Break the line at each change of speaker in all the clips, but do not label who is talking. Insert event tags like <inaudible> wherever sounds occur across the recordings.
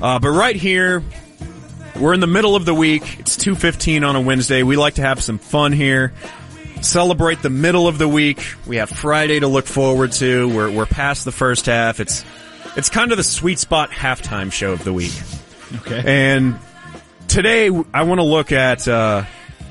Uh, but right here, we're in the middle of the week. It's 2.15 on a Wednesday. We like to have some fun here. Celebrate the middle of the week. We have Friday to look forward to. We're, we're past the first half. It's, it's kind of the sweet spot halftime show of the week.
Okay.
And today I want to look at, uh,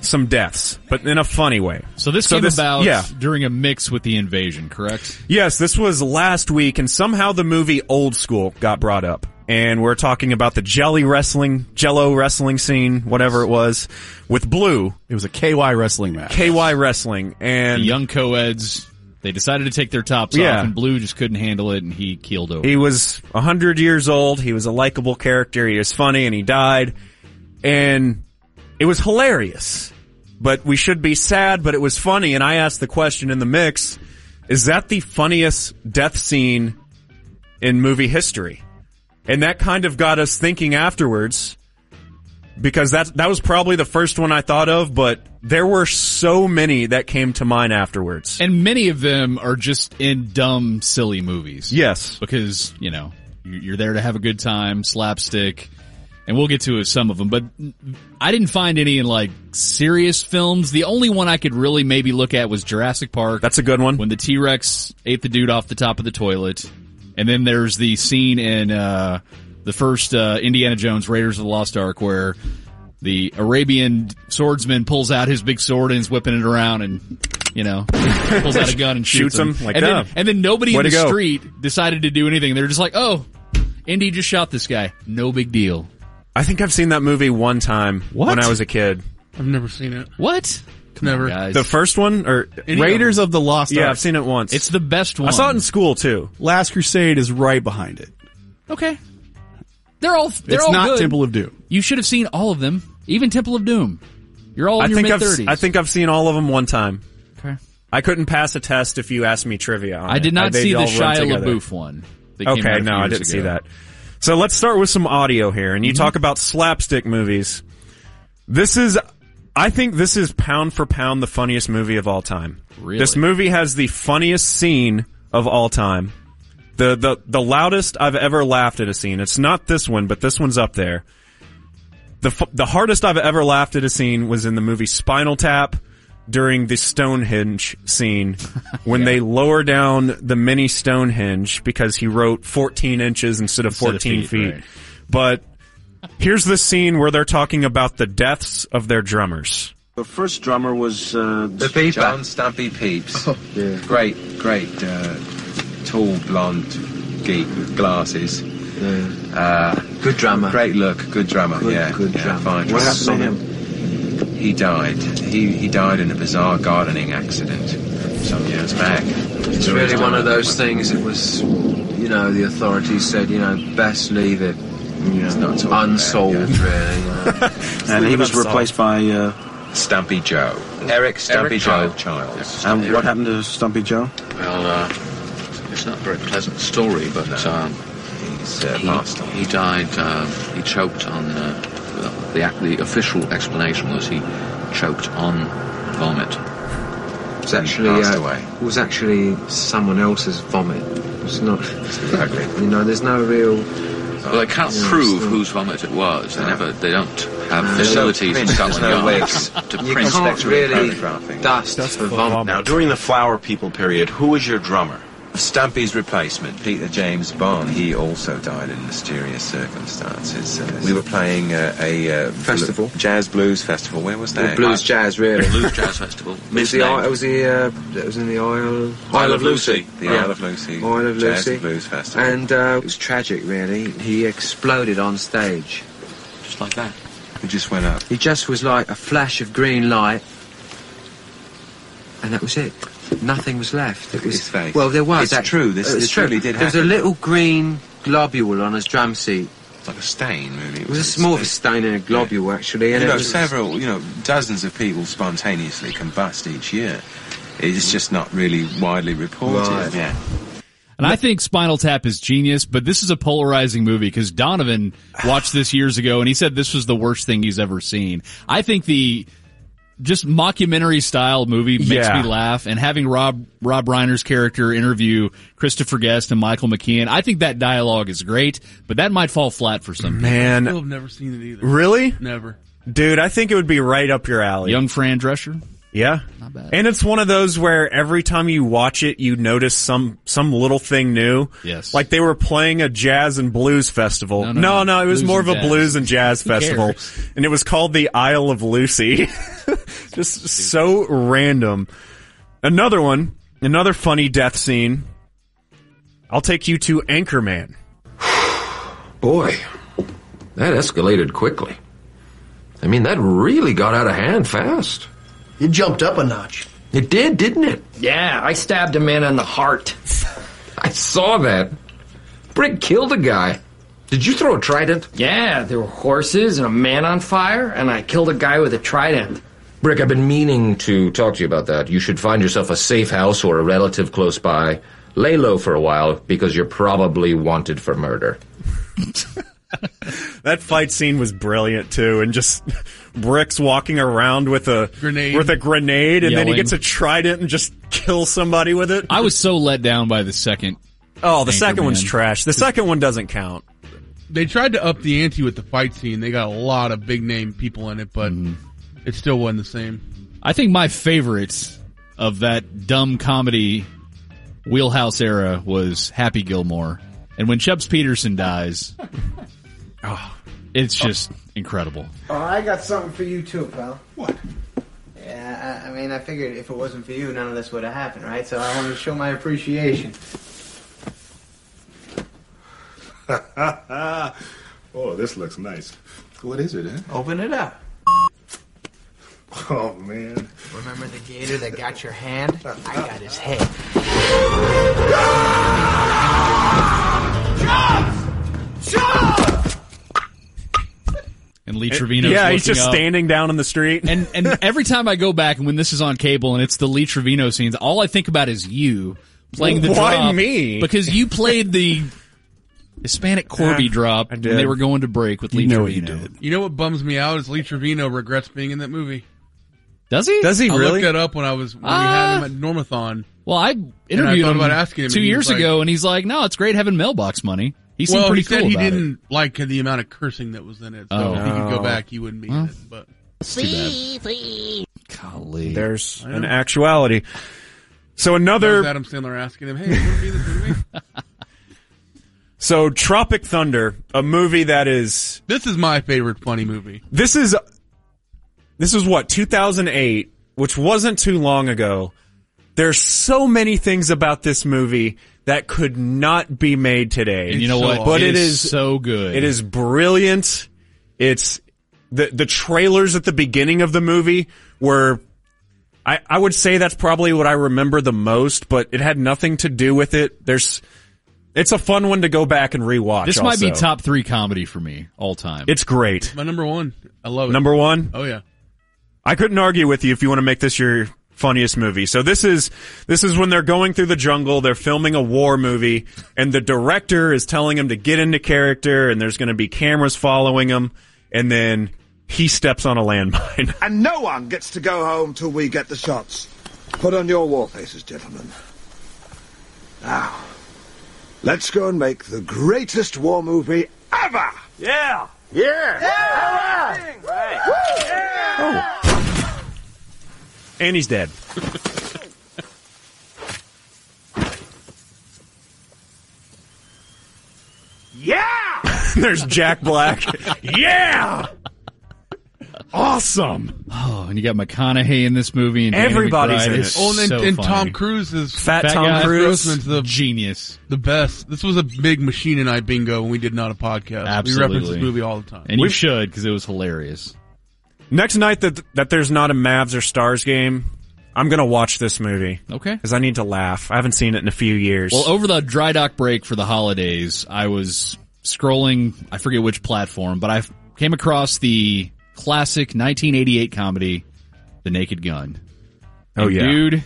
some deaths, but in a funny way.
So this came
this-
about
yeah.
during a mix with the invasion, correct?
Yes, this was last week, and somehow the movie Old School got brought up. And we're talking about the jelly wrestling, jello wrestling scene, whatever it was, with Blue,
It was a KY wrestling match.
KY wrestling, and
The young co-eds, they decided to take their tops
Yeah.
off, and Blue just couldn't handle it, and he keeled over.
he was 100 years old, he was a likable character, he was funny, and he died. And it was hilarious. But we should be sad, but it was funny, and I asked the question in the mix, is that the funniest death scene in movie history? And that kind of got us thinking afterwards because that that was probably the first one I thought of, but there were so many that came to mind afterwards.
and many of them are just in dumb, silly movies.
yes.
because you know you- you're there to have a good time, slapstick, and we'll get to some of them. But I didn't find any in like serious films. The only one I could really maybe look at was Jurassic Park.
That's a good one.
when the T Rex ate the dude off the top of the toilet, and then there's the scene in uh, the first uh, Indiana Jones Raiders of the Lost Ark where. The Arabian swordsman pulls out his big sword and is whipping it around, and you know, pulls out a gun and shoots,
<laughs> Shoots him like
and
that.
Then, and then nobody
Way
in
to
the
go.
street decided to do anything. They're just like, oh, Indy just shot this guy. No big deal.
I think I've seen that movie one time
What?
when I was a kid.
I've never seen it.
What?
Never.
Guys.
The first one or
Raiders of the Lost
Yeah,
Ark.
I've seen it once.
it's the best one.
I saw it in school too.
Last Crusade is right behind it.
Okay. They're all, they're
it's
all
not
good.
Temple of Doom.
You should have seen all of them, even Temple of Doom. You're all in
I
your
think
mid
I've
30s.
I think I've seen all of them one time.
Okay.
I couldn't pass a test if you asked me trivia. on
I
it.
did not
they
see the
all run
Shia
together.
LaBeouf one. that came out
Okay,
a few
no, I
years
didn't see
ago. Mm-hmm.
that. So let's start with some audio here, and you talk about slapstick movies. This is, I think, this is pound for pound the funniest movie of all time.
Really?
This movie has the funniest scene of all time. The the the loudest I've ever laughed at a scene. It's not this one, but this one's up there. The fu- the hardest I've ever laughed at a scene was in the movie Spinal Tap during the Stonehenge
<laughs>
scene when they lower down the mini Stonehenge because he wrote 14 inches instead of
Instead of
14
feet,
feet.
right.
But here's the scene where they're talking about the deaths of their drummers.
The first drummer was uh,
The Beeper. Oh,
John Stumpy Peeps.
yeah.
Great, great, uh, tall blonde geek with glasses. Uh,
Good drummer.
Great look, good drummer.
Good-
yeah,
good
yeah,
drummer.
Fine.
What
drummer.
happened to him?
He died. He he died in a bizarre gardening accident some years back.
It's really one of those things. It was, you know, the authorities said, you know, best leave it
It's not talking about,
unsolved,
yeah.
really.
<laughs>
you know.
Leave
and he
it
was
unsolved.
replaced by. Uh,
Stumpy Joe. Eric Stumpy
Eric
Joe
Childs.
Childs.
and what happened to Stumpy Joe?
Well, uh, it's not a very pleasant story, but um,
He's, uh,
he,
passed on.
he died. Uh, he choked on. Uh, well, the ac- the official explanation was he choked on vomit.
It was actually,
passed
uh,
away.
it was actually someone else's vomit. It's not,
Ugly.
you know, there's no real.
Well, they can't
Yeah,
prove
so-
whose vomit it was. They never. They don't have
There's no
facilities in
print, there's
Scotland
no
Yard
wigs.
to
You
print.
can't
Inspector
really
photographing.
dust, for vomit.
Now, during the Flower People period, who was your drummer? Stumpy's replacement, Peter James Bond, he also died in mysterious circumstances. Uh, we were playing uh, a uh,
Festival.
blu- jazz blues festival. Where was
Or
that?
blues
<laughs>
jazz, really.
Blues Jazz Festival.
It was, the,
misnamed.
it was the uh, it was in the Isle of,
Isle of Lucy.
The Isle of Lucy.
Isle of
Jazz
Lucy.
and Blues Festival.
and uh, it was tragic, really. He exploded on stage.
Just like that.
It just went up.
He just was like a flash of green light, and that was it. Nothing was left. It was
His face.
well, there was.
It's
act-
true, this-
it was
this
true.
really did
There was a
happen.
little green globule on his drum seat.
It's like a stain, really.
It was a more of a stain in a globule, actually. And
You
it
know,
was,
several, you know, dozens of people spontaneously combust each year. It's just not really widely reported.
Right.
Yeah.
And I think Spinal Tap is genius, but this is a polarizing movie because Donovan watched this years ago and he said this was the worst thing he's ever seen. I think the just mockumentary style movie makes
Yeah.
me laugh. And having Rob Rob Reiner's character interview Christopher Guest and Michael McKean, I think that dialogue is great, but that might fall flat for some people.
Man,
Still have never seen it either.
really?
Never.
Dude, I think it would be right up your alley.
Young Fran Drescher.
Yeah.
bad.
And it's one of those where every time you watch it, you notice some some little thing new.
Yes.
Like they were playing a jazz and blues festival.
No,
No,
no,
no,
no.
it was
Blues
more of
and
a
jazz.
blues and jazz festival.
<laughs>
And it was called the Isle of Lucy. <laughs> Just so random. Another one, another funny death scene. I'll take you to Anchorman.
Boy, that escalated quickly. I mean, that really got out of hand fast.
It jumped up a notch.
It did, didn't it?
Yeah, I stabbed a man in the heart.
I saw that. Brick killed a guy. Did you throw a trident?
Yeah, there were horses and a man on fire, and I killed a guy with a trident.
Brick, I've been meaning to talk to you about that. You should find yourself a safe house or a relative close by. Lay low for a while because you're probably wanted for murder.
That fight scene was brilliant too, and just <laughs> Brick's walking around with a
Grenade.
with a grenade, and then
Yelling.
he gets a trident and just kills somebody with it.
I was so let down by the second.
oh, the second one's
Anchorman.
trash. The second one doesn't count.
They tried to up the ante with the fight scene. They got a lot of big name people in it, but
Mm.
it still wasn't the same.
I think my favorite of that dumb comedy wheelhouse era was Happy Gilmore. And when Chubbs Peterson
<laughs>
dies, oh, it's just incredible.
Oh, I got something for you too, pal. What? Yeah, I, I mean, I figured if it wasn't for you, none of this would have happened, right? So I wanted to show my appreciation.
Oh, this looks nice. What is it, eh?
Open it up.
Oh, man.
Remember the gator that got your hand? I got his head.
And Lee Trevino,
yeah, he's just standing down in the street.
And and every time I go back and when this is on cable and it's the Lee Trevino scenes, all I think about is you playing the
Why
drop.
me?
Because you played the Hispanic Corby
Yeah,
drop,
I
and
did.
they were going to break with Lee
You know what you
Trevino.
did.
You know what bums me out is Lee Trevino regrets being in that movie.
Does he?
Does he
I
really?
looked that up when I was when
Ah.
we had him at Normathon.
Well, I
I
interviewed
thought
him,
about asking him,
two
and he
years
was like-
ago, and he's like, "No, it's great having mailbox money." He seemed
well,
pretty
he said
cool
he
about
didn't like the amount of cursing that was
Uh,
in it. So
Oh.
if he could go back, he wouldn't be in it. But
It. Golly,
There's an actuality. So
that was
another,
Adam Sandler asking him, "Hey, you want to be in this movie?"
<laughs> so Tropic Thunder, a movie that is
this is my favorite funny movie.
this is this is what 2008 which wasn't too long ago there's so many things about this movie that could not be made today
and you know
so
what?
awesome.
But it is-
so good.
it is brilliant it's the the trailers at the beginning of the movie were I, I would say that's probably what I remember the most, but it had nothing to do with it. There's, it's a fun one to go back and rewatch.
This might be
also.
top three comedy for me all time.
It's great.
My number one. I love it.
Number one,
Oh yeah.
I couldn't argue with you if you want to make this your funniest movie. So this is this is when they're going through the jungle, they're filming a war movie, and the director is telling him to get into character, and there's going to be cameras following him, and then he steps on a landmine. <laughs>
And no one gets to go home till we get the shots. Put on your war faces, gentlemen. Now, let's go and make the greatest war movie ever!
yeah.
Yeah!
And he's dead. yeah. There's Jack Black. yeah. Awesome.
oh, and you got McConaughey in this movie, and Danny
Everybody's
McBride
in
is
it.
Oh, and, then,
so
and
funny.
Tom Cruise is
Fat,
Fat
Tom
guy.
Cruise.
Grossman's the
genius.
the best. This was a big machine and I bingo when we did not a podcast.
Absolutely.
We reference this movie all the time.
And you
We've-
should because it was hilarious.
Next night that that there's not a Mavs or Stars game, I'm gonna watch this movie
Okay.
because I need to laugh. I haven't seen it in a few years.
Well, over the dry dock break for the holidays, I was scrolling, I forget which platform, but I f- came across the classic 1988 comedy, The Naked Gun.
oh
And
yeah,
Dude,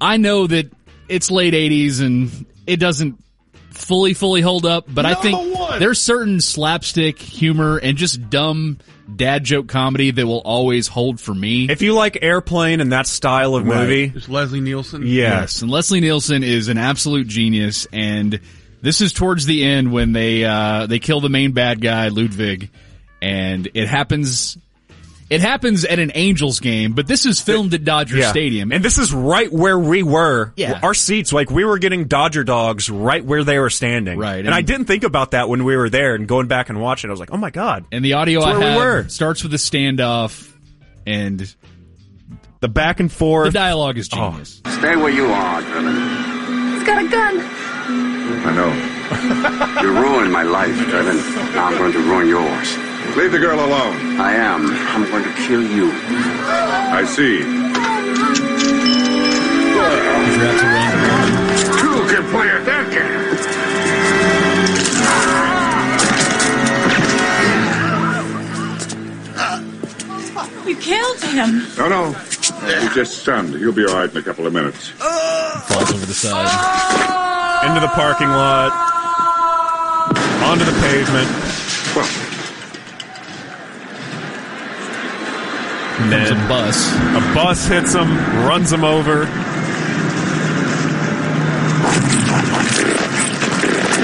I know that it's late 80s and it doesn't fully, fully hold up, but I think there's certain slapstick humor and just dumb dad joke comedy that will always hold for me.
If you like Airplane and that style of movie,
It's Leslie Nielsen.
Yes, and Leslie Nielsen is an absolute genius. And this is towards the end when they uh, they kill the main bad guy Ludwig, and it happens. It happens at an Angels game, but this is filmed at Dodger
Yeah.
Stadium.
and this is right where we were.
Yeah.
our seats, like we were getting Dodger dogs right where they were standing. Right, and, I
and-
didn't think about that when we were there and going back and watching. I was like, oh my god.
And the audio
That's
I
where we
have
were.
starts with a standoff, and
the back and forth.
The dialogue is genius.
Oh.
Stay where you are, Drevin.
He's got a gun.
I know. you ruined my life, Drevin. Now I'm going to ruin yours. Leave the girl alone. I am. I'm going to kill you. I see. Who can play at that game?
You killed him.
No, no. He's just stunned. He'll be all right in a couple of minutes.
Falls over the side.
Into the parking lot. Onto the pavement. And
Comes a bus.
A bus hits him, runs him over.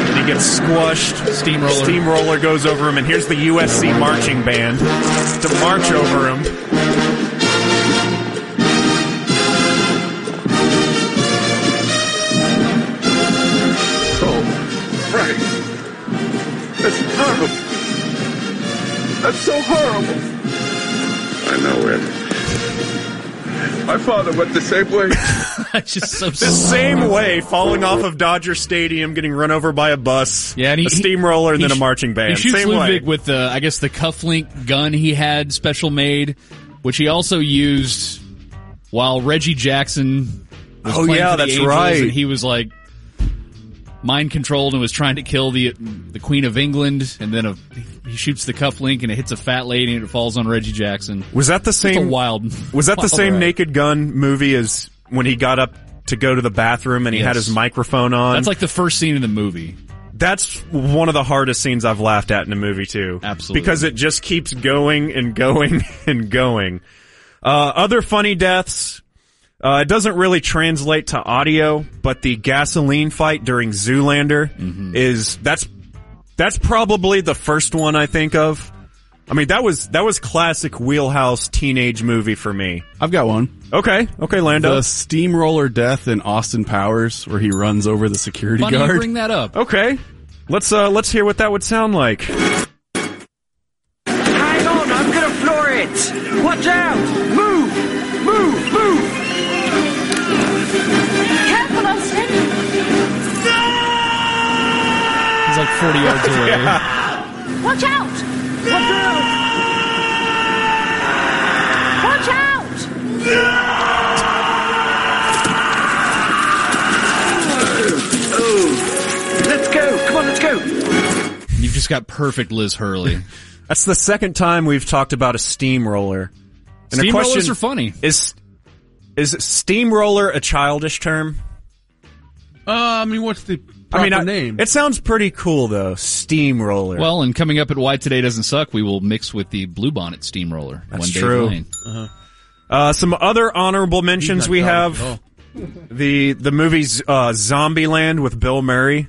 And he gets squashed.
Steamroller. <laughs>
Steamroller goes over him, and here's the USC marching band to march over him.
Frank. That's horrible. That's so horrible. I know it. My father went the same way.
just so
The same way, falling off of Dodger Stadium, getting run over by a bus,
Yeah, and he,
a steamroller, and
he
then a
sh-
marching band.
He shoots
Same
Ludwig
way.
with the, I guess, the cufflink gun he had special made, which he also used while Reggie Jackson. Was
Oh,
playing
yeah,
for the
that's
Angels,
right.
And he was like mind controlled and was trying to kill the um, the Queen of England, and then a, he shoots the cufflink and it hits a fat lady and it falls on Reggie Jackson.
Was that the
Just a
same
wild?
Was that the
wild
same
ride.
Naked Gun movie as when he got up to go to the bathroom and he had
Yes.
his microphone on?
That's like the first scene in the movie.
That's one of the hardest scenes I've laughed at in a movie too.
Absolutely.
Because it just keeps going and going <laughs> and going. Uh, other funny deaths. Uh, it doesn't really translate to audio, but the gasoline fight during Zoolander is that's that's probably the first one I think of. I mean that was that was classic wheelhouse teenage movie for me.
I've got one.
Okay, okay, Lando.
The steamroller death in Austin Powers, where he runs over the security
Funny you
guard.
bring that up.
Okay, let's uh, let's hear what that would sound like.
Hang on, I'm gonna floor it. Watch out! Move! Move! Move!
Careful, Austin.
He's like
<laughs>
forty yards away.
Watch out! Watch out! Watch out!
Oh, let's go! Come on, let's go!
You've just got perfect Liz Hurley.
That's the second time we've talked about a steamroller. the
Steamrollers are funny.
Is is steamroller a childish term?
Uh, I mean, what's the
I mean,
proper
I-
name?
it sounds pretty cool though. Steamroller.
Well, and coming up at Why Today Doesn't Suck, we will mix with the Bluebonnet Steamroller.
That's
one day Oh,
true.
Lane.
Uh, some other honorable mentions we have the the movies uh, Zombieland with Bill Murray.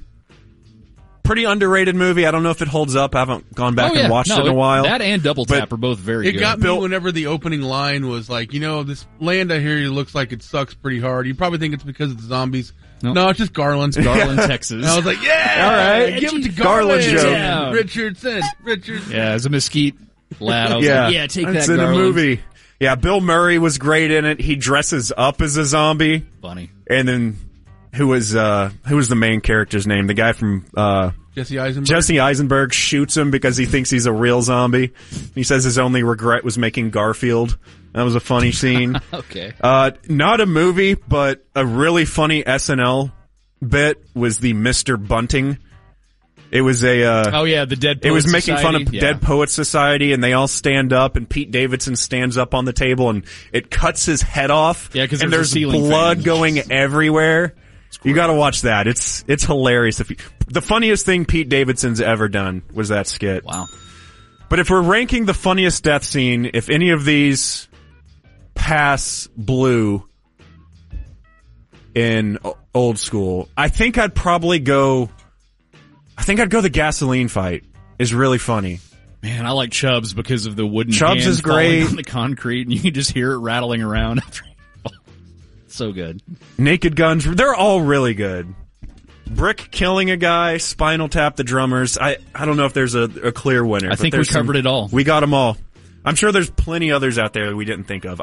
Pretty underrated movie. I don't know if it holds up. I haven't gone back
Oh, yeah.
and watched
No,
it in a
it-
while.
that and Double
But-
Tap are both very
It
good.
got me whenever the opening line was like, you know, this land I hear you looks like it sucks pretty hard. You probably think it's because of the zombies.
No,
it's just Garland's
<laughs> Garland, Texas.
Oh,
And I was like, yeah,
All right.
give it to
Garland
Garland.
joke.
Uh,
Yeah. Richardson, Richardson.
Yeah, as a mesquite lad, I was
yeah,
like, yeah, take
it's
that,
in
Garland.
a movie. Yeah, Bill Murray was great in it. He dresses up as a zombie.
Funny.
And then who was uh who was the main character's name? The guy from uh
Jesse Eisenberg.
Jesse Eisenberg shoots him because he thinks he's a real zombie. He says his only regret was making Garfield. That was a
<laughs>
funny scene.
Okay.
Uh, not a movie, but a really funny SNL bit was the Mr. Bunting. It was a. Uh,
Oh, yeah, the Dead
It was
Poets
making fun of
Society, yeah.
Dead Poets Society, and they all stand up, and Pete Davidson stands up on the table, and it cuts his head off.
Yeah, 'cause
and
there's a
there's
ceiling
blood
<laughs> fan.
going everywhere. It's You got to watch that. It's it's hilarious. If you, the funniest thing Pete Davidson's ever done was that skit. Wow. But if we're ranking the funniest death scene, if any of these pass blue in o- old school, I think I'd probably go. I think I'd go the gasoline fight is really funny.
Man, I like Chubbs because of the wooden
Chubbs
hand
is
falling
great.
on the concrete, and you can just hear it rattling around. <laughs> After so good.
Naked Guns, they're all really good. Brick killing a guy, Spinal Tap the drummers. I, I don't know if there's a, a clear winner.
I
but
think we
there's some-
covered it all.
We got them all. I'm sure there's plenty others out there that we didn't think of.